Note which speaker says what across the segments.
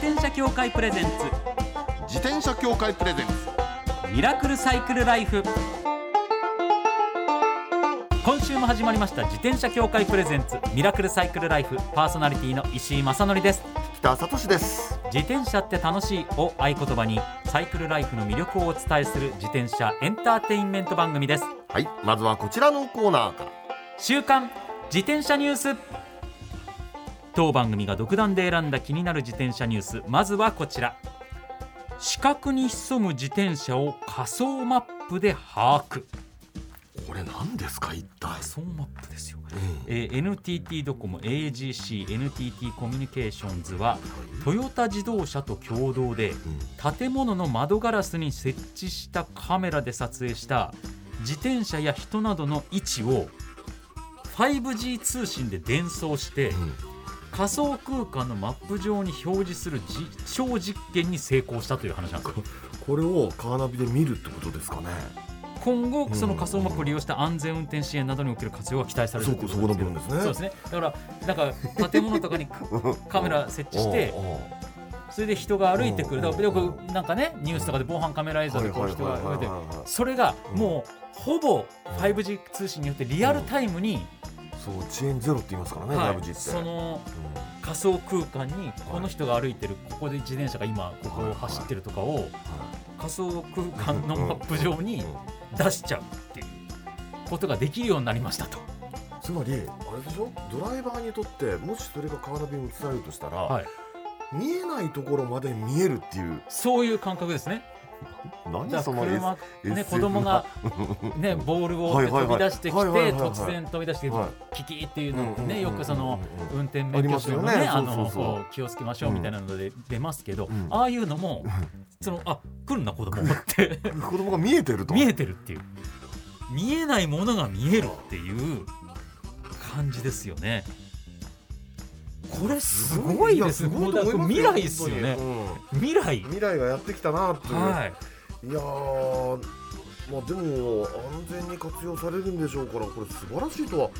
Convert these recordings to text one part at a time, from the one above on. Speaker 1: 転車協会プレゼンツ
Speaker 2: 自転車協会プレゼンツ
Speaker 1: ミラクルサイクルライフ今週も始まりました自転車協会プレゼンツミラクルサイクルライフパーソナリティの石井正則です
Speaker 2: 北里志です
Speaker 1: 自転車って楽しいを合言葉にサイクルライフの魅力をお伝えする自転車エンターテインメント番組です
Speaker 2: はいまずはこちらのコーナーから
Speaker 1: 週刊自転車ニュース当番組が独断で選んだ気になる自転車ニュースまずはこちら視覚に潜む自転車を仮想マップで把握
Speaker 2: これ何ですか一体
Speaker 1: 仮想マップですよ、えー NTT ドコモ AGC NTT コミュニケーションズはトヨタ自動車と共同で建物の窓ガラスに設置したカメラで撮影した自転車や人などの位置を 5G 通信で伝送して仮想空間のマップ上に表示する実証実験に成功したという話なんですよ
Speaker 2: これをカーナビで見るってことですかね
Speaker 1: 今後その仮想マップを利用した安全運転支援などにおける活用が期待される
Speaker 2: そ
Speaker 1: とい
Speaker 2: こ
Speaker 1: う
Speaker 2: そ
Speaker 1: と
Speaker 2: この
Speaker 1: け
Speaker 2: 部
Speaker 1: ど
Speaker 2: 分で
Speaker 1: そ
Speaker 2: す
Speaker 1: う
Speaker 2: ね
Speaker 1: ですねだからなんか建物とかに カメラ設置して
Speaker 2: おうおう
Speaker 1: それで人が歩いてくるだからよ
Speaker 2: うん
Speaker 1: くなんかねニュースとかで防犯カメラ映像でこう人が歩いてくる
Speaker 2: は
Speaker 1: それがもうほぼ 5G 通信によってリアルタイムに、
Speaker 2: いそう遅延ゼロって言いますからね
Speaker 1: はい
Speaker 2: 5G って
Speaker 1: その
Speaker 2: うん
Speaker 1: 仮想空間にこの人が歩いてるここで自転車が今ここを走ってるとかを仮想空間のマップ上に
Speaker 2: うん
Speaker 1: 出しちゃうっていうことができるようになりましたと。
Speaker 2: つまりあれでしょドライバーにとってもしそれがカーナビに映されるとしたら、
Speaker 1: はい、
Speaker 2: 見えないところまで見えるっていう
Speaker 1: そういう感覚ですね。
Speaker 2: 何
Speaker 1: じゃあ
Speaker 2: その S
Speaker 1: 車、ね、
Speaker 2: SF
Speaker 1: 子供が、ね、ボールを追って
Speaker 2: はいはい
Speaker 1: 飛
Speaker 2: はい
Speaker 1: び出してきて、
Speaker 2: はいはいはいはい
Speaker 1: 突然飛び出してきて、
Speaker 2: は
Speaker 1: キキっていうのってね、
Speaker 2: うん
Speaker 1: よくその
Speaker 2: うんうんうんうん
Speaker 1: 運転免許証のね、
Speaker 2: あります
Speaker 1: あ
Speaker 2: よねそ
Speaker 1: の、
Speaker 2: うそうそう
Speaker 1: こう気をつけましょうみたいなので出ますけど、
Speaker 2: うん
Speaker 1: ああいうのも、その、あ、来るな子供 って
Speaker 2: い、 子供が見えてると
Speaker 1: 見えてるっていう。見えないものが見えるっていう感じですよね。これすごいですね。
Speaker 2: や
Speaker 1: もうだから
Speaker 2: すごい
Speaker 1: 未
Speaker 2: と思
Speaker 1: 来で
Speaker 2: います
Speaker 1: すよね。
Speaker 2: 本
Speaker 1: 未来
Speaker 2: 当にうん。未来がやってきたなっていう、
Speaker 1: はい。
Speaker 2: い、やーまあでも安全に活用されるんでしょうからこれ素晴らしいとは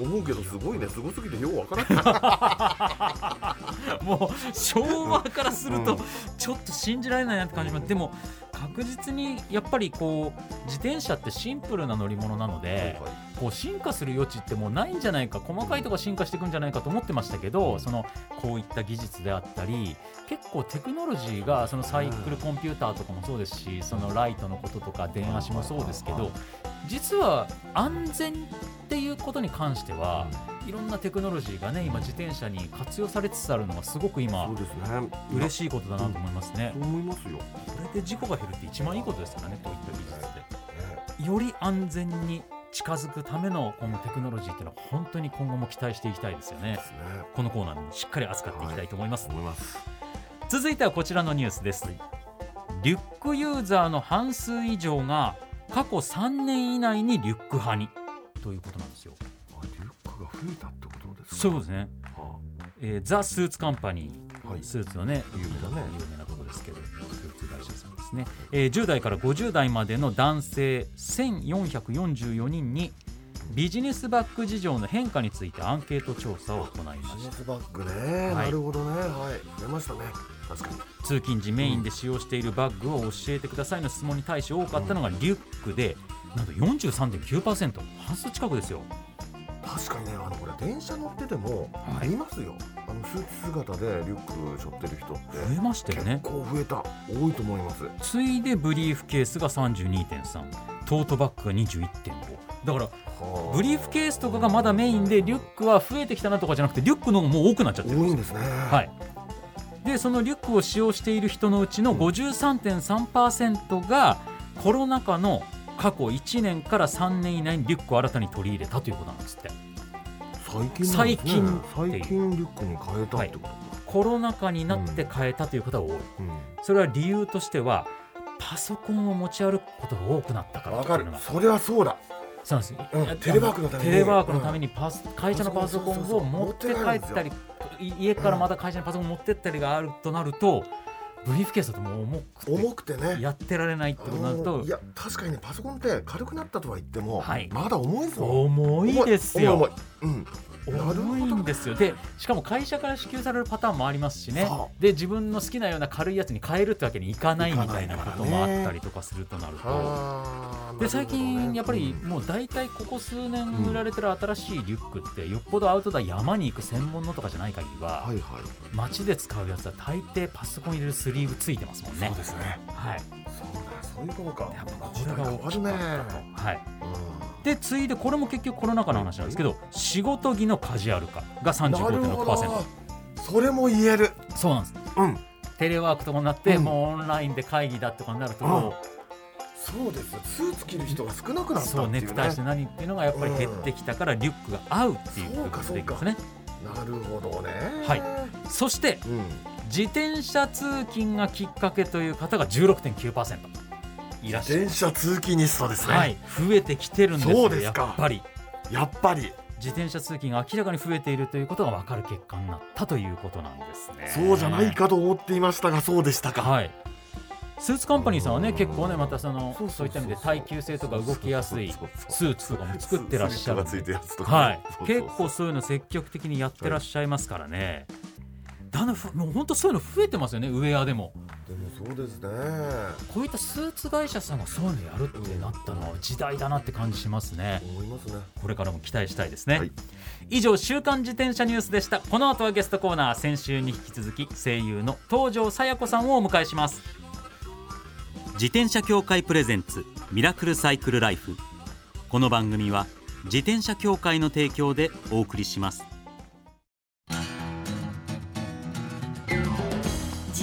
Speaker 2: 思うけどすごいねすごすぎてようわからない
Speaker 1: もう昭和からする
Speaker 2: う
Speaker 1: と
Speaker 2: ん
Speaker 1: ちょっと信じられないなって感じます、でも確実にやっぱりこう自転車ってシンプルな乗り物なので、こう進化する余地ってもうないんじゃないか細かいとこ進化していくんじゃないかと思ってましたけどそのこういった技術であったり結構テクノロジーがそのサイクルコンピューターとかもそうですしそのライトのこととか電足もそうですけど実は安全っていうことに関してはいろんなテクノロジーがね今自転車に活用されつつあるのがすごく今
Speaker 2: そうですね
Speaker 1: 嬉
Speaker 2: しい
Speaker 1: しいことだなと思いますね
Speaker 2: と。思いますよ、ね
Speaker 1: これで事故が減るって一番いいことですからねこういった技術って。より安全に近づくためのこのテクノロジーっていうのは本当に今後も期待していきたいですよね
Speaker 2: ですね
Speaker 1: このコーナーでもしっかり扱っていきたいと思います、
Speaker 2: 思います
Speaker 1: 続いてはこちらのニュースです、リュックユーザーの半数以上が過去3年以内にリュック派にということなんですよ
Speaker 2: あリュックが増えたってことですか
Speaker 1: そうですね、
Speaker 2: は
Speaker 1: えーザ・スーツカンパニー
Speaker 2: あはい
Speaker 1: スーツのね
Speaker 2: 有名だね
Speaker 1: 有名なとこですけどスーツ会社さんですね、えー10代から50代までの男性1444人にビジネスバッグ事情の変化についてアンケート調査を行いま
Speaker 2: ビジ
Speaker 1: し
Speaker 2: ネ
Speaker 1: た
Speaker 2: スバッグね、
Speaker 1: はい
Speaker 2: なるほどねはい増えましたね確かに
Speaker 1: 通勤時メインで使用しているバッグを教えてくださいの質問に対し多かったのがリュックでなんと43.9%半数近くですよ
Speaker 2: 確かにねあのこれ電車乗ってても
Speaker 1: はい
Speaker 2: いますよ、あのスーツ姿でリュック背負ってる人って
Speaker 1: 増えましたよ
Speaker 2: 結
Speaker 1: ね
Speaker 2: 構増えた多いと思います
Speaker 1: 次いでブリーフケースが32.3トートバッグが21.5だからブリーフケースとかがまだメインでリュックは増えてきたなとかじゃなくてリュックの方がもう多くなっちゃって
Speaker 2: 多
Speaker 1: る
Speaker 2: い
Speaker 1: んです
Speaker 2: ん
Speaker 1: よ
Speaker 2: ですね
Speaker 1: はいいでそのリュックを使用している人のうちの53.3%がコロナ禍の過去1年から3年以内にリュックを新たに取り入れたということなんですって
Speaker 2: 最近なんですね
Speaker 1: 最近っていう
Speaker 2: 最近リュックに変えたってこと、
Speaker 1: コロナ禍になって変えたという方が多いそれは理由としてはパソコンを持ち歩くことが多くなったか
Speaker 2: うん、
Speaker 1: ら
Speaker 2: わ
Speaker 1: と
Speaker 2: か
Speaker 1: いう
Speaker 2: る
Speaker 1: のが
Speaker 2: それはそうだ
Speaker 1: そうなんです、
Speaker 2: うん
Speaker 1: あ
Speaker 2: テレワークのために
Speaker 1: テレワークのためにパス、会社のパソコ
Speaker 2: そう
Speaker 1: ン
Speaker 2: そう
Speaker 1: を
Speaker 2: そう
Speaker 1: 持って帰ったり
Speaker 2: 持
Speaker 1: い家からまた会社のパソコン持ってったりがあるとなると、ブリーフケースだともう重くて
Speaker 2: 重くてね
Speaker 1: やってられないってことになる
Speaker 2: あの
Speaker 1: と
Speaker 2: いや確かにねパソコンって軽くなったとは言っても、
Speaker 1: はい
Speaker 2: まだ重いですもん
Speaker 1: 重いです
Speaker 2: 重
Speaker 1: よ
Speaker 2: い重い、うん、
Speaker 3: ほど
Speaker 1: 重いんですよでしかも会社から支給されるパターンもありますしね
Speaker 3: そ
Speaker 1: で自分の好きなような軽いやつに変えるってわけにいかないみたいなこともあったりとかするとなると。
Speaker 3: はあ
Speaker 1: で最近やっぱり
Speaker 3: なる
Speaker 1: もう大体ここ数年売られてる新しいリュックってよっぽどアウトドア山に行く専門のとかじゃない限りは
Speaker 3: ほどねはいはい
Speaker 1: 街で使うやつは大抵パソコン入れるスリーブついてますもんね。
Speaker 3: そうですね
Speaker 1: はい、
Speaker 3: そうだそういうことか
Speaker 1: やっぱこ
Speaker 3: 時
Speaker 1: れ
Speaker 3: 代
Speaker 1: が
Speaker 3: 変
Speaker 1: 大
Speaker 3: わる
Speaker 1: き
Speaker 3: ね
Speaker 1: かったと。はい、
Speaker 3: う
Speaker 1: で次いでこれも結局コロナ禍の話なんですけど仕事着のカジュアル化が
Speaker 3: んなるほ
Speaker 1: 35.6%
Speaker 3: どそれも言える
Speaker 1: そうなんです
Speaker 3: うん
Speaker 1: テレワークとかになって、
Speaker 3: うん
Speaker 1: もうオンラインで会議だってことになると、
Speaker 3: そうですよスーツ着る人が少なくなったってい
Speaker 1: そう
Speaker 3: うね
Speaker 1: ネクタイして何っていうのがやっぱり減ってきたから、リュックが合うっていうことができますね
Speaker 3: なるほどね
Speaker 1: はいそして
Speaker 3: うん
Speaker 1: 自転車通勤がきっかけという方が16.9%いらっしゃる
Speaker 3: 電車通勤ニストですね、
Speaker 1: はい、増えてきてるんです
Speaker 3: そ
Speaker 1: よ
Speaker 3: うですか
Speaker 1: やっぱり
Speaker 3: やっぱり
Speaker 1: 自転車通勤が明らかに増えているということが分かる結果になったということなんですね。
Speaker 3: そうじゃないかと思っていましたがそうでしたか、
Speaker 1: はい、スーツカンパニーさんはね
Speaker 3: うん
Speaker 1: 結構ねまたその
Speaker 3: そう
Speaker 1: そ
Speaker 3: そうそうそう
Speaker 1: ういった意味で耐久性とか動きやすい
Speaker 3: そうそうそう
Speaker 1: スーツとかも作ってらっしゃる
Speaker 3: スーツが
Speaker 1: ん
Speaker 3: ついて
Speaker 1: で
Speaker 3: るやつとかね、
Speaker 1: はい
Speaker 3: そうそう
Speaker 1: 結
Speaker 3: そう
Speaker 1: 構そういうの積極的にやってらっしゃいますからね。だんだんふもう本当そういうの増えてますよねウェアでも
Speaker 3: でもそうですね
Speaker 1: こういったスーツ会社さんがそういうのやるってなったのは時代だなって感じしますね
Speaker 3: 思いますね
Speaker 1: これからも期待したいですね、
Speaker 3: はい
Speaker 1: 以上週刊自転車ニュースでしたこの後はゲストコーナー先週に引き続き声優の東條さや子さんをお迎えします自転車協会プレゼンツミラクルサイクルライフこの番組は自転車協会の提供でお送りします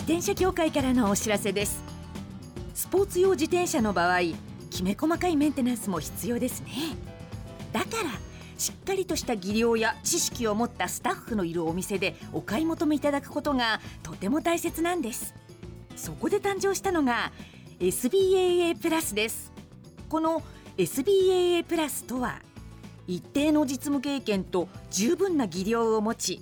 Speaker 4: 自転車協会からのお知らせですスポーツ用自転車の場合きめ細かいメンテナンスも必要ですねだからしっかりとした技量や知識を持ったスタッフのいるお店でお買い求めいただくことがとても大切なんですそこで誕生したのが SBAA プラスですこの SBAA プラスとは一定の実務経験と十分な技量を持ち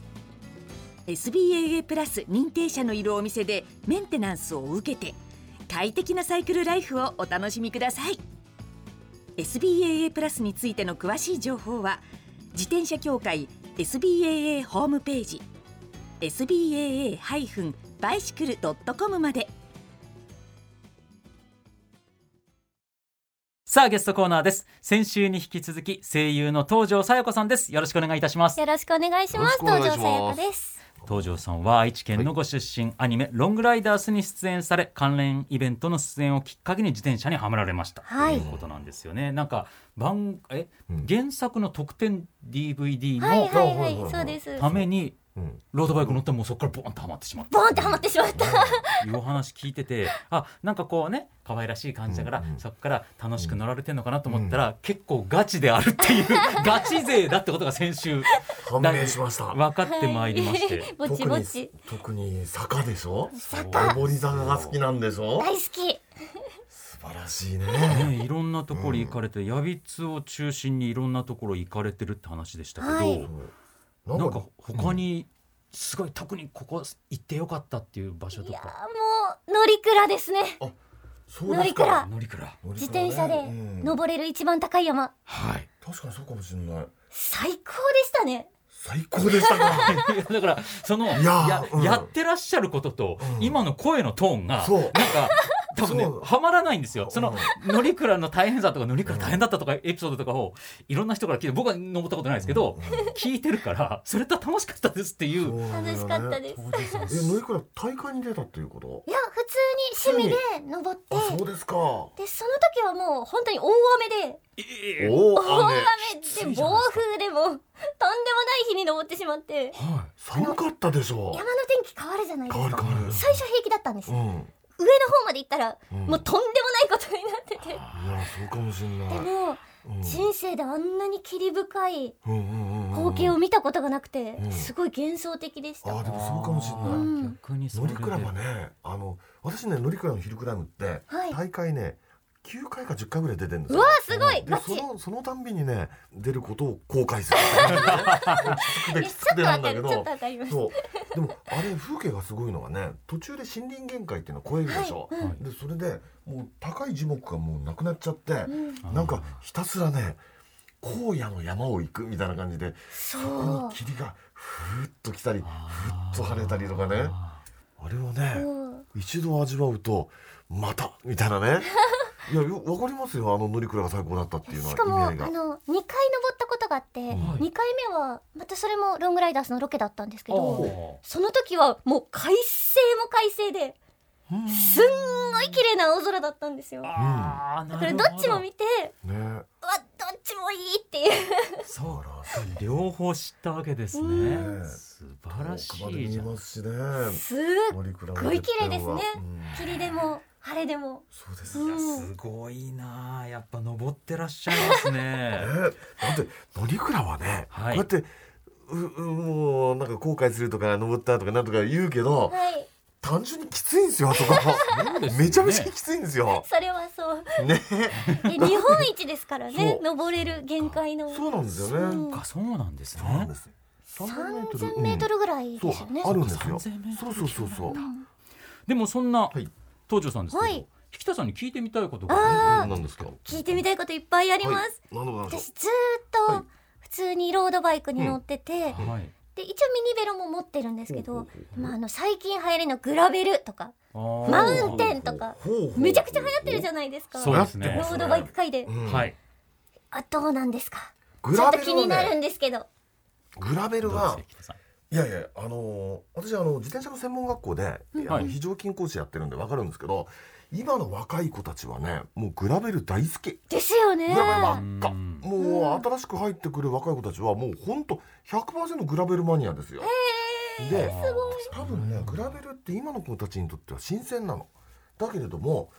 Speaker 4: SBAA プラス認定者のいるお店でメンテナンスを受けて快適なサイクルライフをお楽しみください SBAA プラスについての詳しい情報は自転車協会 SBAA ホームページ SBAA-bicycle.com まで
Speaker 1: さあゲストコーナーです先週に引き続き声優の東條さや子さんですよろしくお願いいたします
Speaker 5: よろしくお願いします。
Speaker 3: よろしくお
Speaker 5: 東
Speaker 3: 願いし
Speaker 5: 条
Speaker 3: ます
Speaker 5: さやかです。
Speaker 1: 東條さんは愛知県のご出身、アニメ「ロングライダース」に出演され関連イベントの出演をきっかけに自転車にはまられました、
Speaker 5: はい
Speaker 1: ということなんですよねなんか番え、
Speaker 3: うん
Speaker 1: 原作の特典 DVD
Speaker 5: はい
Speaker 1: の
Speaker 5: はいは
Speaker 3: ほうほうほうほう
Speaker 5: い、そうです。
Speaker 1: ために
Speaker 3: うん
Speaker 1: ロードバイク乗ってもうそこからボンとはまってしまった
Speaker 5: ボンってハマってしまっ
Speaker 1: と
Speaker 5: た。
Speaker 1: いうお話聞いててあなんかこうね可愛らしい感じだから、
Speaker 3: うんうん
Speaker 1: そこから楽しく乗られてるのかなと思ったら、結構ガチであるっていう ガチ勢だってことが先週
Speaker 3: 判明しました
Speaker 1: 分かってまいりまして、
Speaker 5: はい ぼちぼち。
Speaker 3: 特に坂でしょ
Speaker 5: 坂
Speaker 3: 上り坂が好きなんでしょ
Speaker 5: 大好き。
Speaker 3: 素晴らしいね
Speaker 1: ね、いろんなところ行かれて、やびつを中心にいろんなところ行かれてるって話でしたけど、
Speaker 5: はい
Speaker 3: な
Speaker 1: なんか他にすごい、特にここ行ってよかったっていう場所と
Speaker 5: いやー
Speaker 1: か
Speaker 5: もう乗り比ですね。
Speaker 3: そうですか
Speaker 1: 乗りくら
Speaker 3: 乗り
Speaker 5: 自
Speaker 3: 方ね
Speaker 5: 転車で
Speaker 3: うん
Speaker 5: 登れる一番高い山。
Speaker 1: はい
Speaker 3: 確かにそうかもしれない
Speaker 5: 最高でしたね。
Speaker 3: 最高でしたか
Speaker 1: だからその
Speaker 3: いやー
Speaker 1: や,、
Speaker 3: うん
Speaker 1: やってらっしゃることと、
Speaker 3: うん
Speaker 1: 今の声のトーンが
Speaker 3: そう
Speaker 1: なんか多分ね
Speaker 3: そう
Speaker 1: はまらないんですよその
Speaker 3: う
Speaker 1: 乗りくらの大変さとか乗りくら大変だったとかエピソードとかをいろんな人から聞いて僕は登ったことないですけど、聞いてるからそれとは楽しかったですっていう
Speaker 5: 楽しかったです
Speaker 3: そうなんだよねえ乗り倉大会に出たっていうこと
Speaker 5: いや、普通に趣味で登って
Speaker 3: あ、そうですかお
Speaker 5: で、その時はもう本当に大雨で、
Speaker 1: えー
Speaker 3: お
Speaker 5: 大
Speaker 3: 雨
Speaker 5: 雨で、暴風でも、とんでもない日に登ってしまっ
Speaker 3: は
Speaker 5: て、
Speaker 3: い寒かったでしょ
Speaker 5: 山の天気変わるじゃないです
Speaker 3: 変わる
Speaker 5: か。
Speaker 3: 変わる
Speaker 5: 最初平気だったんです
Speaker 3: う
Speaker 5: よ。
Speaker 3: ん
Speaker 5: 上の方まで行ったら、
Speaker 3: うん
Speaker 5: もうとんでもないことになってて。
Speaker 3: いやそうかもしれない
Speaker 5: でも、
Speaker 3: うん
Speaker 5: 人生であんなに霧深い
Speaker 3: うんうんうん
Speaker 5: 光景を見たことがなくて
Speaker 2: うん
Speaker 5: すごい幻想的でし
Speaker 2: あ
Speaker 5: た
Speaker 2: ーでもそうかもしれ
Speaker 5: う
Speaker 2: ない
Speaker 5: ん
Speaker 1: 逆にそ
Speaker 2: 乗
Speaker 1: れ
Speaker 2: り
Speaker 1: で
Speaker 2: クラブはねあの私ね乗りクラブのヒルクライムって
Speaker 5: はい
Speaker 2: 大会ね9回か10回ぐらい出てるんです
Speaker 5: う
Speaker 2: よ
Speaker 5: わーすごい
Speaker 2: で
Speaker 5: マ
Speaker 2: そ
Speaker 5: ッチ
Speaker 2: のそのたんびにね出ることを後悔 するきつく
Speaker 5: いやちょっと
Speaker 2: でな
Speaker 5: わ
Speaker 2: ん
Speaker 5: か
Speaker 2: だけ
Speaker 5: るちょ
Speaker 2: ど
Speaker 5: っとわかります
Speaker 2: そうでもあれ風景がすごいのはね途中で森林限界っていうのを超えるでしょ、
Speaker 1: はい
Speaker 2: でそれでもう高い樹木がもうなくなっちゃって、
Speaker 5: うん
Speaker 2: なんかひたすらね荒野の山を行くみたいな感じで
Speaker 5: そ
Speaker 2: ここ
Speaker 5: う
Speaker 2: に霧がふーっと来たり
Speaker 1: あー
Speaker 2: ふっと晴れたりとかね
Speaker 1: あ
Speaker 2: あれをね、
Speaker 5: うん
Speaker 2: 一度味わうとまたみたいなね いやよわかりますよあの乗り倉が最高だったっていうのは
Speaker 5: しかも
Speaker 2: 意
Speaker 5: あ
Speaker 2: 味合いが
Speaker 5: の2回登ったことがあって
Speaker 2: ん
Speaker 5: 2回目はまたそれもロングライダースのロケだったんですけ
Speaker 1: ー
Speaker 5: どその時はもう快晴も快晴で
Speaker 1: うん
Speaker 5: すんごい綺麗な青空だったんですよ。
Speaker 1: あー
Speaker 5: だ
Speaker 1: な
Speaker 5: か
Speaker 1: る
Speaker 5: ら
Speaker 1: ほ
Speaker 5: どっちも見て
Speaker 2: ね
Speaker 5: うわどっちもいいっていう
Speaker 1: そう
Speaker 2: あ
Speaker 1: 両方知ったわけです
Speaker 2: う
Speaker 1: ね
Speaker 2: ん
Speaker 1: 素晴らし
Speaker 2: 遠くまで
Speaker 1: い
Speaker 2: 見
Speaker 1: じ
Speaker 2: え
Speaker 1: ゃん
Speaker 2: ますしね
Speaker 5: す
Speaker 2: 乗り倉
Speaker 5: すっごい綺麗ですね
Speaker 2: うん
Speaker 5: 霧でも晴れでも
Speaker 2: そうです
Speaker 5: う
Speaker 2: ね
Speaker 5: ん
Speaker 1: すごいなあやっぱ登ってらっしゃいますね
Speaker 2: ねだって乗り倉はね、
Speaker 1: はい
Speaker 2: こうやってううもうなんか後悔するとか登ったとかなんとか言うけど
Speaker 5: はい
Speaker 2: 単純にきついんですよあそこ
Speaker 1: そうですよね
Speaker 2: めちゃめちゃきついんですよ
Speaker 5: それはそう
Speaker 2: ね
Speaker 5: え日本一ですからね
Speaker 2: そう
Speaker 5: 登れる限界の
Speaker 2: そうなんですよね
Speaker 1: そうかそうなんです
Speaker 2: そうな
Speaker 1: ね
Speaker 2: んです
Speaker 5: 3000メートルぐらい
Speaker 2: そう
Speaker 5: ですよね、
Speaker 2: あるんです
Speaker 1: そう
Speaker 2: よ
Speaker 1: か3000メート
Speaker 2: そ
Speaker 1: ル
Speaker 2: うそうそうそう
Speaker 1: でもそんな
Speaker 2: はい
Speaker 1: 東條さんですけど
Speaker 5: はい
Speaker 1: 引田さんに聞いてみたいことが
Speaker 2: うんなんですか
Speaker 5: 聞いてみたいこといっぱいあります、
Speaker 2: はい、なんでもなんでも
Speaker 5: 私ずー
Speaker 2: は
Speaker 5: っ
Speaker 2: い
Speaker 5: と普通にロードバイクに乗ってて、
Speaker 1: ねはい
Speaker 5: で一応ミニベロも持ってるんですけど、
Speaker 2: ほうほうほう
Speaker 5: まあ、あの最近流行りのグラベルとか
Speaker 1: あー
Speaker 5: マウンテンとか
Speaker 2: ほうほうほう
Speaker 5: めちゃくちゃ流行ってるじゃないですか
Speaker 1: そうですね
Speaker 2: 流行って
Speaker 5: ロ
Speaker 2: ます
Speaker 5: ードバイク界で、
Speaker 2: うん
Speaker 1: はい
Speaker 5: あどうなんですか
Speaker 2: グ
Speaker 5: ちょ
Speaker 2: ラ
Speaker 5: っ
Speaker 2: ベ
Speaker 5: と
Speaker 2: ル
Speaker 5: 気
Speaker 2: は
Speaker 5: になる
Speaker 2: ね
Speaker 5: んですけど
Speaker 2: グラベ
Speaker 1: ど
Speaker 2: ル
Speaker 1: うで
Speaker 2: は
Speaker 1: すか引田さん
Speaker 2: いやいやあのー私あの自転車の専門学校で、あ
Speaker 1: はい
Speaker 2: の非常勤講師やってるんでわかるんですけど今の若い子たちはねもうグラベル大好き
Speaker 5: ですよね
Speaker 2: グラベル真っ赤
Speaker 1: うん
Speaker 2: もう新しく入ってくる若い子たちはもうほんと100%グラベルマニアですよで多分ねグラベルって今の子たちにとっては新鮮なのだけれども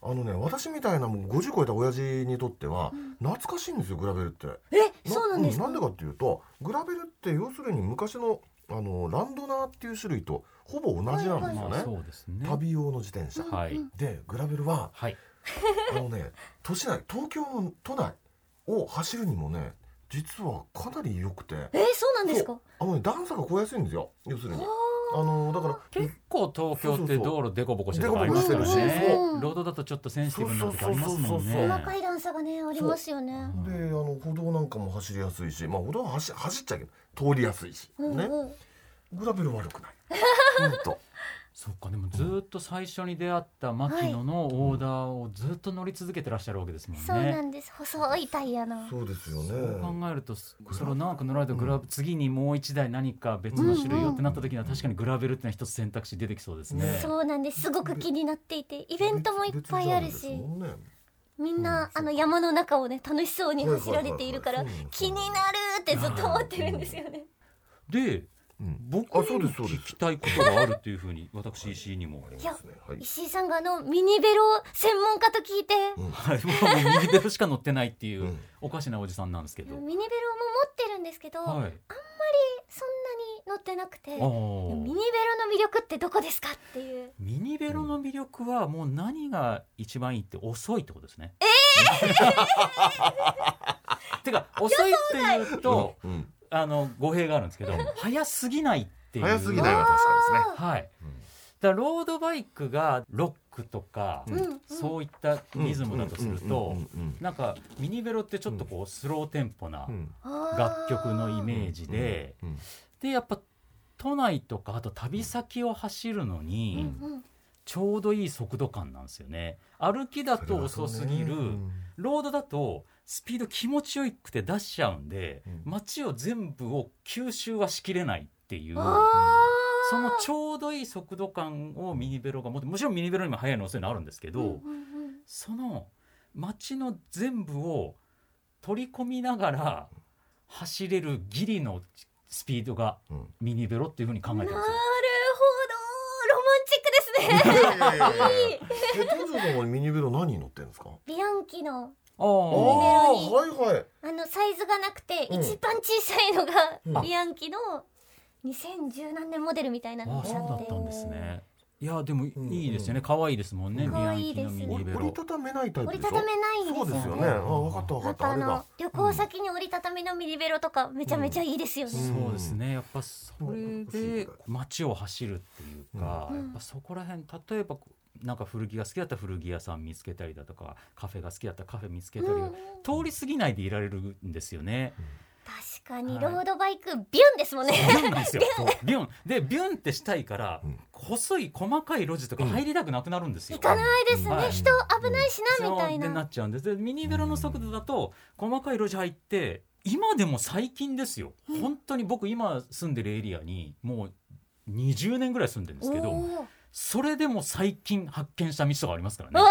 Speaker 2: あのね私みたいなもう50超えた親父にとっては懐かしいんですよグラベルって
Speaker 5: えそうなんですか、
Speaker 2: なんでかっていうとグラベルって要するに昔のあのランドナーっていう種類とほぼ同じなんですよ
Speaker 1: まあ
Speaker 2: ね
Speaker 1: そうですね
Speaker 2: 旅用の自転車
Speaker 1: はい
Speaker 2: でグラベル は
Speaker 1: はい
Speaker 2: あのね都市内東京の都内を走るにもね実はかなり良くて
Speaker 5: えそうなんですか
Speaker 2: そうあのね段差が超えやすいんですよ要するにあのだから
Speaker 1: 結構東京
Speaker 2: そう
Speaker 1: っ
Speaker 2: そ
Speaker 1: て
Speaker 2: うそう
Speaker 1: 道路デコボコしてるとこありますから
Speaker 5: デコボコしてるし
Speaker 1: ね
Speaker 5: そう
Speaker 1: ロードだとちょっとセンシティブになってあります
Speaker 2: そ
Speaker 1: も
Speaker 2: うそ
Speaker 1: ん
Speaker 2: うそうそう
Speaker 5: 細
Speaker 1: ね
Speaker 5: かい段差がねありますよね
Speaker 2: であの歩道なんかも走りやすいしまあ歩道は走走っちゃうけど通りやすいし
Speaker 5: うん
Speaker 2: ね
Speaker 5: うん
Speaker 2: グラベル悪くない うんと
Speaker 1: そっかでもずーっと最初に出会った牧野のオーダーをずっと乗り続けてらっしゃるわけですもんね。
Speaker 5: そうなんです細いタイヤの
Speaker 2: そうですよ
Speaker 1: そう
Speaker 2: ね
Speaker 1: 考えるとそそれを長く乗られたグラブ、次にもう一台何か別の種類をってなった時には確かにグラベルってのは一つ選択肢出てきそうですね。
Speaker 5: そうなんですすごく気になっていてイベントもいっぱいある
Speaker 2: 別ジャ
Speaker 5: し
Speaker 2: ンルですもんね
Speaker 5: みんなあの山の中をね楽しそうに走られているから
Speaker 2: はいはいはいはい
Speaker 5: 気になるってずっと思ってるんですよね
Speaker 1: で
Speaker 2: うん
Speaker 1: 僕
Speaker 2: あそ
Speaker 1: に
Speaker 2: うで
Speaker 1: も
Speaker 2: すそうです
Speaker 1: 聞きたいことがあるというふうに私石井にも。
Speaker 5: いや
Speaker 2: はい
Speaker 5: 石井さんがあのミニベロ専門家と聞いて
Speaker 1: はい、僕はもう右手しか乗ってないっていううんおかしなおじさんなんですけ
Speaker 5: ミニ
Speaker 1: ど。
Speaker 5: ベロも持ってるんですけどそんな
Speaker 1: は
Speaker 5: に
Speaker 1: い。
Speaker 5: 乗ってなくてミニ
Speaker 1: あ
Speaker 5: ベ
Speaker 1: ー
Speaker 5: ロの魅力ってどこですかっていう
Speaker 1: ミニベロの魅力はもう何が一番いいって遅いってことですね。ええ てか遅いっていうと、
Speaker 2: うん
Speaker 1: あの語弊があるんですけど、早すぎないっていう。
Speaker 2: 早すぎないは確かですね
Speaker 1: はい。
Speaker 2: う
Speaker 1: だ
Speaker 2: ん
Speaker 1: からロードバイクがロックとか、
Speaker 2: うん
Speaker 5: うん
Speaker 1: そういったリズムだとすると、
Speaker 2: うんうん
Speaker 1: なんかミニベロってちょっとこうスローテンポな
Speaker 2: うんうん
Speaker 1: 楽
Speaker 5: 楽
Speaker 1: 曲のイメージで、
Speaker 2: うんうん
Speaker 1: でやっぱ都内とかあと旅先を走るのに。ちょうどいい速度感なんですよね歩きだと遅すぎる、ロードだとスピード気持ちよくて出しちゃうんで、
Speaker 2: うん
Speaker 1: 街を全部を吸収はしきれないっていう
Speaker 5: あ
Speaker 1: そのちょうどいい速度感をミニベロが持ってもちろんミニベロにも速いの遅いのあるんですけ
Speaker 5: ー
Speaker 1: ど、
Speaker 5: うんうんうん
Speaker 1: その街の全部を取り込みながら走れるギリのスピードが
Speaker 2: うん
Speaker 1: ミニベロっていうふうに考えて
Speaker 5: な
Speaker 1: るん
Speaker 5: る
Speaker 1: で
Speaker 5: ほ
Speaker 1: す
Speaker 5: ど
Speaker 1: よ。
Speaker 5: ロマンチックですね
Speaker 2: いやいやいやいやえ東條さんはミニベロ何に乗ってるんですか
Speaker 5: ビアンキの
Speaker 1: あー
Speaker 2: あーはいはい
Speaker 5: あのサイズがなくて
Speaker 2: うん
Speaker 5: 一番小さいのが、
Speaker 2: うん
Speaker 5: ビアンキの2010何年モデルみたいなの
Speaker 1: あ
Speaker 5: が
Speaker 1: そうだ
Speaker 5: あっ
Speaker 1: ってたんですねいやでもい
Speaker 2: うん
Speaker 1: いいですよね可愛いですもんね、
Speaker 5: うん
Speaker 1: ビアンキのミ
Speaker 5: 可
Speaker 1: ニ
Speaker 2: 折
Speaker 1: ベ
Speaker 2: 折り
Speaker 1: ロ
Speaker 2: たためないタイプ
Speaker 5: 折
Speaker 2: で
Speaker 5: り
Speaker 2: しょ
Speaker 5: たためないんですよ
Speaker 2: そう
Speaker 5: ね
Speaker 2: ですよねあ分かった分か
Speaker 5: あ
Speaker 2: っ
Speaker 5: と
Speaker 2: た
Speaker 5: あ
Speaker 2: あれ
Speaker 5: の
Speaker 2: だ
Speaker 5: 旅行先に折りたたみのミリベロとかめちゃめちゃいいですよね、
Speaker 2: うん
Speaker 1: そうですねやっぱそれで街を走るっていうか、
Speaker 5: うん
Speaker 1: やっぱそこら辺例えばなんか古着が好きだったら古着屋さん見つけたりだとかカフェが好きだったらカフェ見つけたり、
Speaker 5: うんうん
Speaker 1: 通り過ぎないでいられるんですよね。
Speaker 5: 確かに
Speaker 1: はい
Speaker 5: ロードバイクビュンですもんね、
Speaker 1: ビュンなんですよ。そう ビュンでビュンってしたいから、
Speaker 2: うん
Speaker 1: 細い細かい路地とか入りたくなくなるんですよ。
Speaker 5: 行かないですね、
Speaker 1: はい
Speaker 5: 人危ないしな、みたい
Speaker 1: そうでな
Speaker 5: な
Speaker 1: っちゃうんですでミニベロの速度だと細かい路地入って今でも最近ですよ本当に僕今住んでるエリアにもう20年ぐらい住んでるんですけど
Speaker 5: おー
Speaker 1: それでも最近発見した道とかありますから
Speaker 5: う
Speaker 1: ね
Speaker 5: わ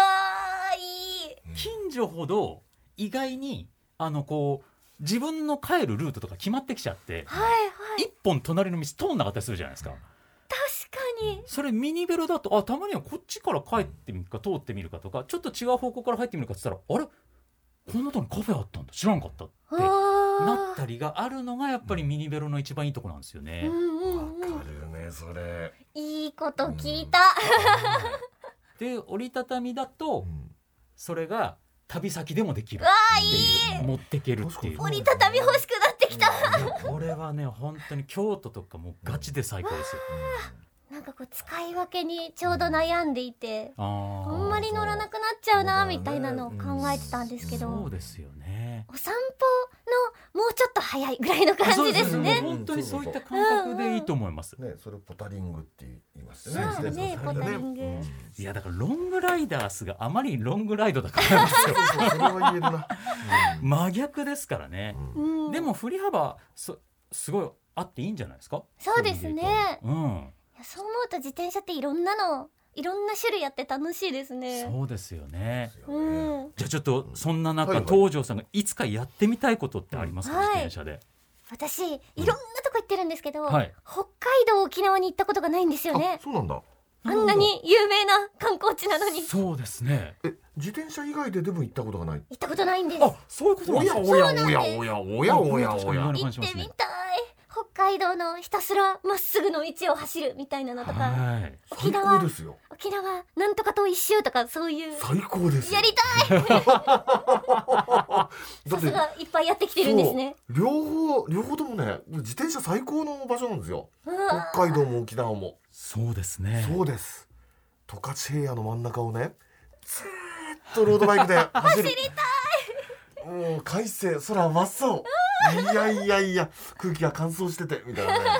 Speaker 5: ーいい
Speaker 1: 近所ほど意外にあのこう自分の帰るルートとか決まってきちゃって
Speaker 5: はいはい
Speaker 1: 一本隣の道通んなかったりするじゃないですか
Speaker 5: 確かに
Speaker 1: それミニベロだとあたまにはこっちから帰ってみるか通ってみるかとかちょっと違う方向から入ってみるかって言ったらあれこんなとこにカフェあったんだ知らんかったってなっ
Speaker 5: あ
Speaker 1: たりがあるのがやっぱりミニベロの一番いいとこなんですよ
Speaker 5: ーう
Speaker 1: ね。
Speaker 5: んう
Speaker 2: わ
Speaker 5: んうん
Speaker 2: かるねそ れ
Speaker 5: いいこと聞いた、
Speaker 1: で折りたたみだとそれが旅先でもできる
Speaker 5: わ
Speaker 1: っていう持ってけるっていう
Speaker 2: 確。か
Speaker 5: 折
Speaker 2: に
Speaker 5: りたたみ欲しくなってきた、
Speaker 1: いやこれはね本当に京都とかもうガチで最高ですよ。
Speaker 5: なんかこう使い分けにちょうど悩んでいて
Speaker 1: あ
Speaker 5: あんまり乗らなくなっちゃうなみたいなのを考えてたんですけ
Speaker 1: け
Speaker 5: ど、
Speaker 1: そうですよね。
Speaker 5: お散歩のもうちょっと早いぐらいの感じですね
Speaker 1: そうもう本当にそういった感覚でいいと思います。
Speaker 2: ねそれをポタリングって言います
Speaker 5: そう
Speaker 2: ね
Speaker 5: ねポタリング、
Speaker 1: いやだからロングライダースがあまりロングライドだから
Speaker 2: そうそうそれは言えるな
Speaker 1: 真逆ですからね。
Speaker 5: うん
Speaker 1: でも振り幅そすごいあっていいんじゃないですか。
Speaker 5: そうですね
Speaker 1: うん、
Speaker 5: いやそう思うと自転車っていろんなのいろんな種類あって楽しいですね
Speaker 1: そうですよね。
Speaker 5: うん
Speaker 1: じゃあちょっとそんな中、
Speaker 2: はいはい
Speaker 1: 東條さんがいつかやってみたいことってありますか、
Speaker 5: はい
Speaker 1: 自転車で。
Speaker 5: 私いろんなとこ行ってるんですけど、
Speaker 1: はい
Speaker 5: 北海道沖縄に行ったことがないんですよ
Speaker 2: あ
Speaker 5: ね
Speaker 2: そうなんだ
Speaker 5: あんなに有名な観光地なのに行
Speaker 1: そうですね。
Speaker 2: え自転車以外ででも行ったことがない
Speaker 5: ったことないんです
Speaker 1: あ、そういうことなん
Speaker 2: お
Speaker 1: です
Speaker 2: や
Speaker 1: か。
Speaker 2: おやおやおやおやおやおや
Speaker 1: 確かに
Speaker 5: 行ってみたい北海道のひたすらまっすぐの道を走るみたいなのとか
Speaker 1: はい。
Speaker 5: 沖
Speaker 2: 最高
Speaker 5: 縄
Speaker 2: ですよ
Speaker 5: 沖縄なんとか島一周とかそういう
Speaker 2: 最高ですよ
Speaker 5: やりたいさすがいっぱいやってきてるんですね
Speaker 2: そう両方両方ともね自転車最高の場所なんですよ
Speaker 5: うわ
Speaker 2: 北海道も沖縄も
Speaker 1: そうですね。
Speaker 2: そうです十勝平野の真ん中をねずーっとロードバイ クで走る走りたいもう快晴空は真っ青いやいやいや空気が乾燥しててみたいなね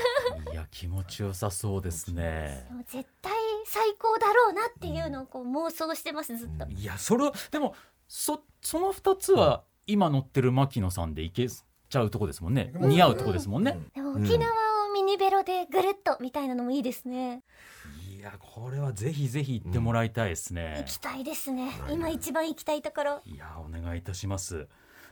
Speaker 1: いや気持ちよさそうですね。
Speaker 5: でも絶対最高だろうなっていうのをこう妄想してますずっと
Speaker 1: いやそれでもそその二つは今乗ってる牧野さんでいけちゃうとこですもんね。似合うとこですもんね。
Speaker 5: でも沖縄をミニベロでぐるっとみたいなのもいいですね
Speaker 1: いやこれはぜひぜひ行ってもらいたいです
Speaker 5: 行
Speaker 1: ね。
Speaker 5: きたいですね今一番行きたいところ
Speaker 1: いやお願いいたします。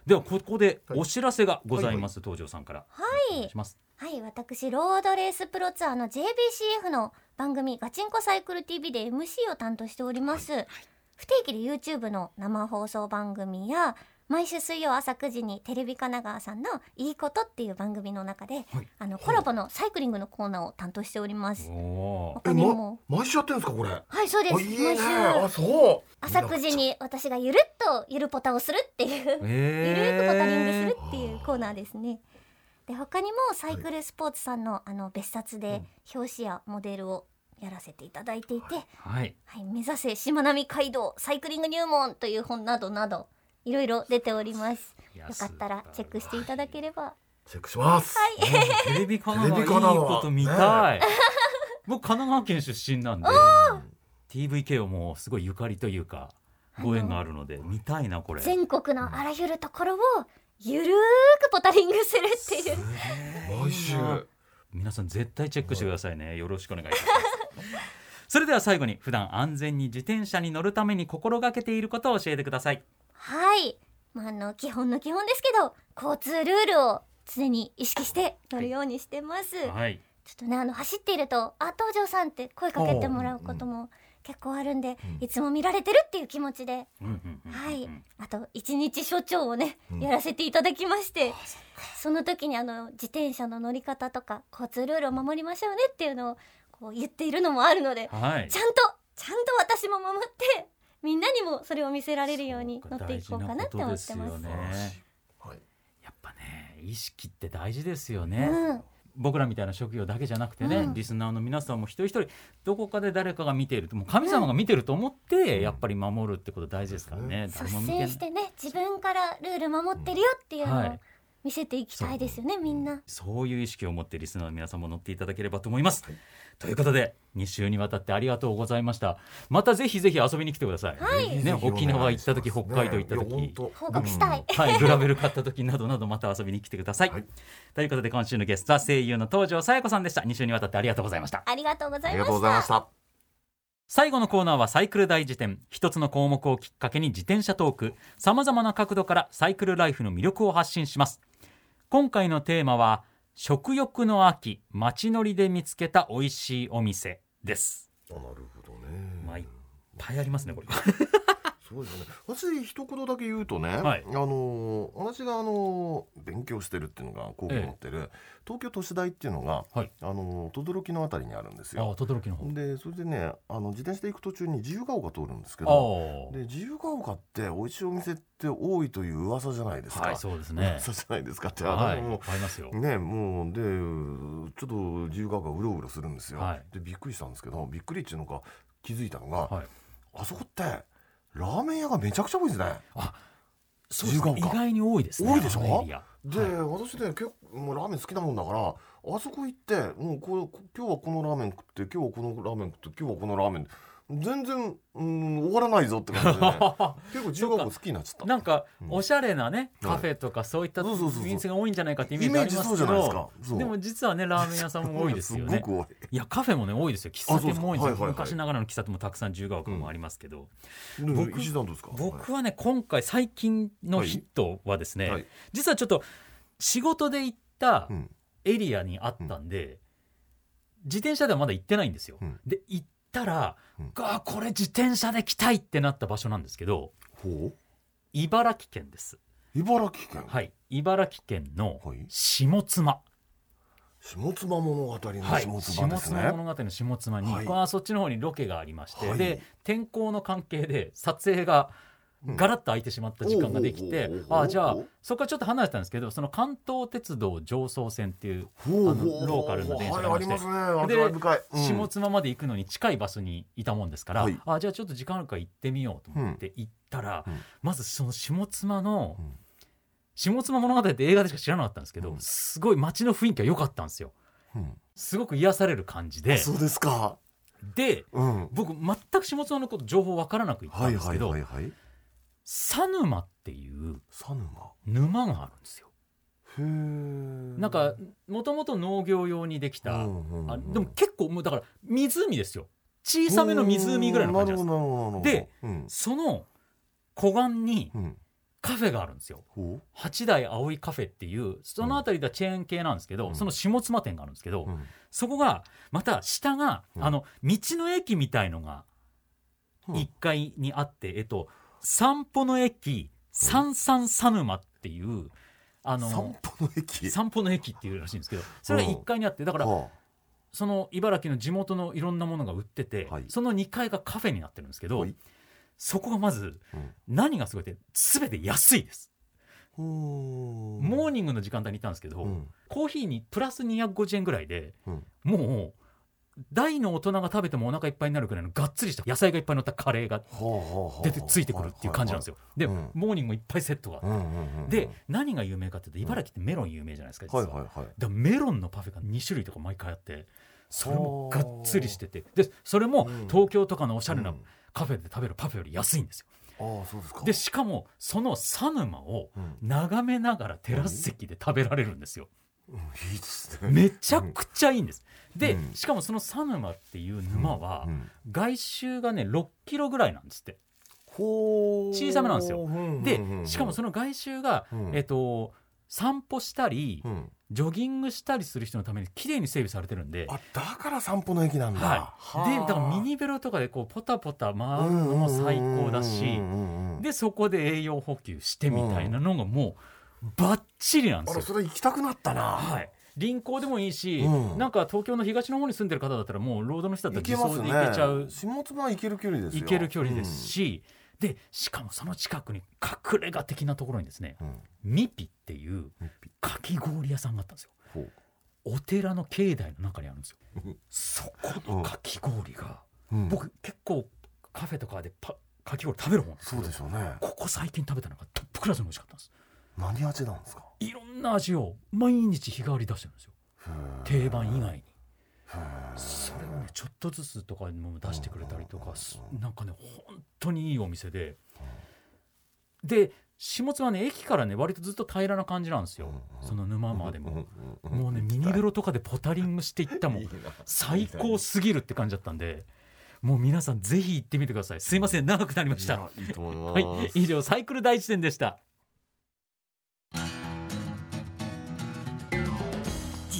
Speaker 1: ではここでお知らせがございます、東條さんから。はい。お願いします。
Speaker 5: はい、私、ロードレースプロツアーの JBCF の番組、ガチンコサイクル TV で MC を担当しております。不定期で YouTube の生放送番組や、毎週水曜朝9時にテレビ神奈川さんのいいことっていう番組の中で、
Speaker 1: はい
Speaker 5: あの、コラボのサイクリングのコーナーを担当しております。
Speaker 1: おー
Speaker 5: 他
Speaker 2: え、
Speaker 5: にも
Speaker 2: ま、、毎週やってるんですかこれあ
Speaker 5: はい、そうです。
Speaker 2: いいね
Speaker 5: 毎週、
Speaker 2: あそう
Speaker 5: 朝9時に私がゆるっとゆるポタをするっていう。ゆる
Speaker 1: え
Speaker 5: く
Speaker 1: ー
Speaker 5: ボタリングするっていうコーナーですね。で他にもサイクルスポーツさんのあの別冊で表紙やモデルをやらせていただいていて、
Speaker 1: はい。
Speaker 5: はい、目指せしまなみ海道サイクリング入門という本などなどいろいろ出ております。
Speaker 1: いや
Speaker 5: よかったらチェックしていただければ。
Speaker 2: チェックします、
Speaker 1: テレビ神奈川いいこと見たい。 僕神奈川県出身なんで、TVK をもうすごいゆかりというかご縁があるので見たいなこれ。
Speaker 5: 全国のあらゆるところをゆるーくポタリングするっていう。
Speaker 2: 毎週
Speaker 1: 皆さん絶対チェックしてくださいね。よろしくお願いします。 それでは最後に普段安全に自転車に乗るために心がけていることを教えてください。
Speaker 5: はい、まあ、あの基本の基本ですけど交通ルールを常に意識して乗るようにしてます。
Speaker 1: はい。
Speaker 5: ちょっとねあの走っていると「あ東條さん」って声かけてもらうことも結結構あるんで、いつも見られてるっていう気持ちで、
Speaker 1: うんうん
Speaker 5: はい、あと一日所長をね、やらせていただきましてその時にあの自転車の乗り方とか交通ルールを守りましょうねっていうのをこう言っているのもあるので、
Speaker 1: はい
Speaker 5: ちゃんとちゃんと私も守ってみんなにもそれを見せられるように乗っていこうかなって思ってます。
Speaker 1: 大事なことですよね
Speaker 2: はい、
Speaker 1: やっぱね意識って大事ですよね、
Speaker 5: うん
Speaker 1: 僕らみたいな職業だけじゃなくてね、リスナーの皆さんも一人一人どこかで誰かが見ているもう神様が見てると思って、やっぱり守るってこと大事ですからね、
Speaker 5: 率
Speaker 1: 誰も見てな
Speaker 5: 先
Speaker 1: い
Speaker 5: してね自分からルール守ってるよっていう
Speaker 1: は
Speaker 5: のを
Speaker 1: い
Speaker 5: 見せていきたいですよね、みんな。
Speaker 1: そういう意識を持ってリスナーの皆さんも乗っていただければと思います、ということで2週にわたってありがとうございましたまたぜひぜひ遊びに来てください、
Speaker 5: はい
Speaker 1: ね、
Speaker 2: ぜひお願い
Speaker 1: 沖縄行った時
Speaker 2: します
Speaker 1: 北海道行った
Speaker 2: いや
Speaker 1: 時
Speaker 2: 本当
Speaker 5: 報告したい。
Speaker 1: はい、グラベル買った時などなどまた遊びに来てください、
Speaker 2: はい
Speaker 1: ということで今週のゲストは声優の東條沙耶子さんでした2週にわたってありがとうございました
Speaker 5: ありがとうござ
Speaker 2: あ
Speaker 5: い
Speaker 2: り
Speaker 5: ま
Speaker 2: がとうご
Speaker 5: し
Speaker 2: ざい
Speaker 5: た
Speaker 2: まし。た
Speaker 1: 最後のコーナーはサイクル大辞典一つの項目をきっかけに自転車トークさまざまな角度からサイクルライフの魅力を発信します今回のテーマは食欲の秋街乗りで見つけた美味しいお店です
Speaker 2: あなるほどね
Speaker 1: まあいっぱいありますねこれ
Speaker 2: そうですよね。私一言だけ言うとね、
Speaker 1: はい
Speaker 2: あのー私があのー勉強してるっていうのが高校
Speaker 1: ええ
Speaker 2: 持ってる、東京都市大っていうのが、
Speaker 1: はい
Speaker 2: あのー等々力のあたりにあるんです
Speaker 1: あ
Speaker 2: よ。
Speaker 1: 轟の方
Speaker 2: でそれでねあの自転車で行く途中に自由が丘通るんですけど、
Speaker 1: あ
Speaker 2: で自由が丘って美味しいお店って多いという噂じゃないです
Speaker 1: あ
Speaker 2: か。
Speaker 1: はいそうです ね
Speaker 2: 噂じゃないですかって、
Speaker 1: は
Speaker 2: あ
Speaker 1: い
Speaker 2: のもう
Speaker 1: ありますよ
Speaker 2: ねもうでちょっと自由が丘うろうろするんですよ、
Speaker 1: はい
Speaker 2: でびっくりしたんですけどびっくりっていうのか気づいたのが、
Speaker 1: はい
Speaker 2: あそこってラーメン屋がめちゃくちゃ多いですね
Speaker 1: そうですね
Speaker 2: 自
Speaker 1: 意
Speaker 2: 由が丘
Speaker 1: 外に多いですね
Speaker 2: 多いでしょ
Speaker 1: あのエリア
Speaker 2: で、私ね結構もうラーメン好きなもんだからあそこ行ってもうこれ今日はこのラーメン食って今日はこのラーメン食って今日はこのラーメン全然、うん、終わらないぞって感じで、ね、 結構自由が丘好きになっちゃった
Speaker 1: なんか
Speaker 2: うん
Speaker 1: おしゃれなね、
Speaker 2: はい
Speaker 1: カフェとかそういった
Speaker 2: そうそうそうそう
Speaker 1: お店が多いんじゃないかってイメージありますけ
Speaker 2: イメージそうじゃないです
Speaker 1: ど
Speaker 2: かそう
Speaker 1: でも実はねラーメン屋さんも多いですよね
Speaker 2: すごく多い
Speaker 1: いやカフェもね多いですよ喫茶店も多いんですよ、
Speaker 2: あそうですかはいはいはい
Speaker 1: 昔ながらの喫茶店もたくさん自由が丘もありますけど、
Speaker 2: で
Speaker 1: 僕
Speaker 2: 石井さんどうですか
Speaker 1: 僕はね今回最近のヒットはですね、
Speaker 2: はい
Speaker 1: 実はちょっと仕事で行った
Speaker 2: うん
Speaker 1: エリアにあったんで、自転車ではまだ行ってないんですよ、
Speaker 2: うん
Speaker 1: で行ったら、
Speaker 2: うん
Speaker 1: あーこれ自転車で来たいってなった場所なんですけど
Speaker 2: ほ
Speaker 1: 茨城県です
Speaker 2: う茨城県、
Speaker 1: はい、茨城県の
Speaker 2: はい
Speaker 1: 下妻、
Speaker 2: 下妻物語の
Speaker 1: はい、
Speaker 2: 下妻ですね、
Speaker 1: 下妻物語の下妻に、
Speaker 2: はい
Speaker 1: まあそっちの方にロケがありまして、
Speaker 2: はい
Speaker 1: で天候の関係で撮影が
Speaker 2: うん
Speaker 1: ガラッと空いてしまった時間ができて、
Speaker 2: おうおうおうおうおう
Speaker 1: ああじゃあそこからちょっと離れてたんですけどその関東鉄道常総線っていう
Speaker 2: ほう
Speaker 1: あの
Speaker 2: ほうほう
Speaker 1: ローカルの電車が
Speaker 2: はい、
Speaker 1: あ
Speaker 2: あ
Speaker 1: り
Speaker 2: り
Speaker 1: ま
Speaker 2: ま
Speaker 1: し
Speaker 2: す
Speaker 1: て
Speaker 2: ね味わい深い、うん
Speaker 1: 下妻まで行くのに近いバスにいたもんですから、
Speaker 2: はい
Speaker 1: あじゃあちょっと時間あるから行ってみようと思って行ったら、
Speaker 2: うん
Speaker 1: まずその下妻の、
Speaker 2: うん
Speaker 1: 下妻物語って映画でしか知らなかったんですけど、
Speaker 2: うん
Speaker 1: すごい街の雰囲気が良かったんですよ
Speaker 2: うん
Speaker 1: すごく癒される感じで
Speaker 2: そうですか
Speaker 1: で
Speaker 2: うん
Speaker 1: 僕全く下妻のこと情報分からなく行った
Speaker 2: は
Speaker 1: ん
Speaker 2: い
Speaker 1: です
Speaker 2: は
Speaker 1: け
Speaker 2: い
Speaker 1: ど、
Speaker 2: はいはい
Speaker 1: 佐沼っていう
Speaker 2: サヌマ
Speaker 1: 沼があるんですよ
Speaker 2: へえ
Speaker 1: なんかもともと農業用にできた、あでも結構もうだから湖ですよ小さめの湖ぐらいの感じなんです
Speaker 2: なるほどなるほど
Speaker 1: で
Speaker 2: うん
Speaker 1: その湖岸に
Speaker 2: うん
Speaker 1: カフェがあるんですよ
Speaker 2: ほ
Speaker 1: 八代葵カフェっていうその辺りではチェーン系なんですけど、
Speaker 2: うん
Speaker 1: その下妻店があるんですけど、
Speaker 2: ううん
Speaker 1: そこがまた下が、
Speaker 2: うん
Speaker 1: あの道の駅みたいのが
Speaker 2: うん
Speaker 1: 1階にあって、えっと散歩の駅三三三沼っていうあ
Speaker 2: 散
Speaker 1: の
Speaker 2: 歩の駅
Speaker 1: 散歩の駅っていうらしいんですけどそれが1階にあってだから
Speaker 2: は
Speaker 1: その茨城の地元のいろんなものが売ってて、
Speaker 2: はい
Speaker 1: その2階がカフェになってるんですけど、
Speaker 2: はい
Speaker 1: そこがまず
Speaker 2: あうん
Speaker 1: 何がすごいって全て安いです、
Speaker 2: ほう
Speaker 1: モーニングの時間帯に行ったんですけど、
Speaker 2: うん
Speaker 1: コーヒーにプラス250円ぐらいで、
Speaker 2: うん
Speaker 1: もう大の大人が食べてもお腹いっぱいになるくらいのがっつりした野菜がいっぱい乗ったカレーが
Speaker 2: はあはあはあ
Speaker 1: 出てついてくるっていう感じなんです
Speaker 2: よ
Speaker 1: よ、で、
Speaker 2: うん
Speaker 1: モーニングもいっぱいセットがあって、
Speaker 2: うんうんうんうん
Speaker 1: で何が有名かっていうと茨城ってメロン有名じゃないですか、実
Speaker 2: は
Speaker 1: はい
Speaker 2: はいは
Speaker 1: だ
Speaker 2: い
Speaker 1: からメロンのパフェが2種類とか毎回あってそれもがっつりしててでそれも
Speaker 2: うん
Speaker 1: 東京とかのおしゃれ
Speaker 2: う
Speaker 1: なんカフェで食べるパフェより安いんですよ、
Speaker 2: ああそうですか
Speaker 1: でしかもそのサヌマを
Speaker 2: うん
Speaker 1: 眺めながらテラス席で食べられるんですよ
Speaker 2: うんいいですね
Speaker 1: めちゃくちゃいいんですで
Speaker 2: うん
Speaker 1: しかもそのサヌマっていう沼は
Speaker 2: うん
Speaker 1: 外周がね6キロぐらいなんですって
Speaker 2: ほう
Speaker 1: 小さめなんですよ
Speaker 2: うんうんうんうん
Speaker 1: でしかもその外周が
Speaker 2: うん
Speaker 1: えっと散歩したり、
Speaker 2: うん、
Speaker 1: ジョギングしたりする人のために綺麗に整備されてるんで、
Speaker 2: あだから散歩の駅なんだ、
Speaker 1: はい、でだからミニベロとかでこうポタポタ回るのも最高だし
Speaker 2: うんうんうんうん
Speaker 1: でそこで栄養補給してみたいなのがもうバッチリなんで
Speaker 2: あ
Speaker 1: す
Speaker 2: ら
Speaker 1: よ。
Speaker 2: それ行きたくなったな、
Speaker 1: はい輪行でもいいし、
Speaker 2: うん
Speaker 1: なんか東京の東の方に住んでる方だったらもうロードの人だ
Speaker 2: 行
Speaker 1: った
Speaker 2: け
Speaker 1: ら
Speaker 2: ま
Speaker 1: 自
Speaker 2: す
Speaker 1: 走
Speaker 2: ね
Speaker 1: で行けちゃう
Speaker 2: 下妻行ける距離ですよ
Speaker 1: 行ける距離です、し、でしかもその近くに隠れ家的なところにですね
Speaker 2: うんうん
Speaker 1: ミピっていう
Speaker 2: ミ
Speaker 1: かき氷屋さんがあったんですよ
Speaker 2: ほう
Speaker 1: お寺の境内の中にある んですよ
Speaker 2: うん
Speaker 1: そこのかき氷が、
Speaker 2: うん
Speaker 1: 僕結構カフェとかでパかき氷食べる方なんですけ
Speaker 2: そう
Speaker 1: ど
Speaker 2: でしょうね
Speaker 1: ここ最近食べたのがトップクラスに美味しかったんです
Speaker 2: 何味なんですか
Speaker 1: いろんな味を毎日日替わり出してるんですよ
Speaker 2: へー
Speaker 1: 定番以外に
Speaker 2: へー
Speaker 1: それをねちょっとずつとかにも出してくれたりとかすなんかね本当にいいお店でで下妻はね駅からね割とずっと平らな感じなんですよその沼まで
Speaker 2: うん
Speaker 1: も
Speaker 2: うんうん
Speaker 1: もうねミニベロとかでポタリングしていったもん最高すぎるって感じだったんでもう皆さんぜひ行ってみてくださいすいません長くなりました
Speaker 2: いやいいと思いま
Speaker 1: は
Speaker 2: す、
Speaker 1: い以上サイクル大辞典でした
Speaker 4: 自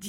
Speaker 4: 自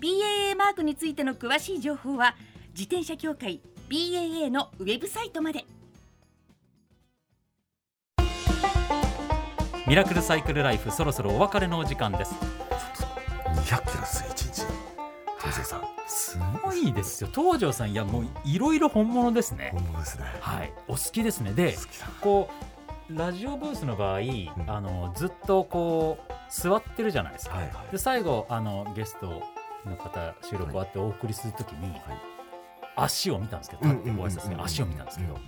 Speaker 4: BAA マークについての詳しい情報は自転車協会 BAA のウェブサイトまで
Speaker 1: ミラクルサイクルライフそろそろお別れのお時間です
Speaker 2: 200キロす一日東勢さん
Speaker 1: すごいですよ東條さんいやもういろいろ本物ですね
Speaker 2: 本物ですね
Speaker 1: はい、お好きですねで
Speaker 2: 好きだ
Speaker 1: こうラジオブースの場合、あのずっとこう座ってるじゃないですか、
Speaker 2: はいはい
Speaker 1: で最後あのゲストの方収録終わってお送りするときに、足を見たんですけど立ってご挨拶に足を見たんですけど、
Speaker 2: ううう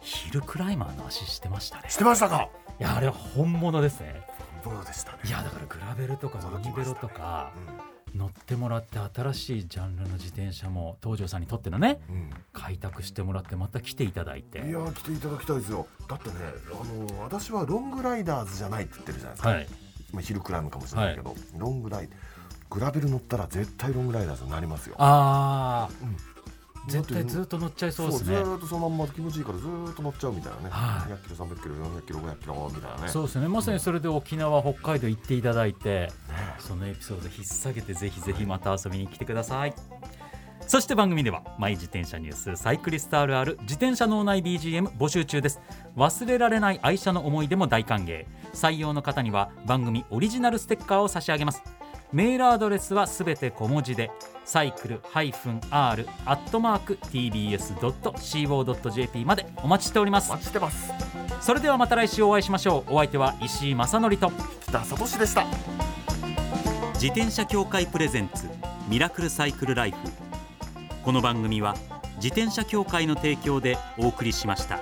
Speaker 1: ヒルクライマーの足してましたね
Speaker 2: してましたか
Speaker 1: いやあれは本物ですね
Speaker 2: 本物でしたね
Speaker 1: いやだからグラベルとか
Speaker 2: 驚
Speaker 1: ミ
Speaker 2: き
Speaker 1: ニ
Speaker 2: ま
Speaker 1: ベ
Speaker 2: したね
Speaker 1: ロとか
Speaker 2: う
Speaker 1: 乗ってもらって新しいジャンルの自転車も東條さんにとってのね
Speaker 2: んうん
Speaker 1: 開拓してもらってまた来ていただいて
Speaker 2: いやー来ていただきたいですよだってねあのー私はロングライダーズじゃないって言ってるじゃないですか、
Speaker 1: はい
Speaker 2: まあ、ヒルクライムかもしれないけど、ロングライグラベル乗ったら絶対ロングライダーズになりますよ
Speaker 1: ああ、
Speaker 2: うん
Speaker 1: 絶対ずっと乗っちゃいそうです
Speaker 2: ず
Speaker 1: ね
Speaker 2: ーっとそのまんま気持ちいいからずーっと乗っちゃうみたいなね、
Speaker 1: はい
Speaker 2: 200キロ300キロ400キロ500キロみたいなね
Speaker 1: そうですねまさにそれで沖縄北海道行っていただいて
Speaker 2: ね
Speaker 1: そのエピソード引っ提げてぜひぜひまた遊びに来てくださいそして番組ではマイ自転車ニュースサイクリストあるある自転車脳内 BGM 募集中です忘れられない愛車の思い出も大歓迎採用の方には番組オリジナルステッカーを差し上げますメールアドレスはすべて小文字でサイクル -r アットマーク tbs.co.jp までお待ちしております
Speaker 2: お待ちしてます
Speaker 1: それではまた来週お会いしましょうお相手は石井正則と
Speaker 2: 北里志でした
Speaker 1: 自転車協会プレゼンツミラクルサイクルライフこの番組は自転車協会の提供でお送りしました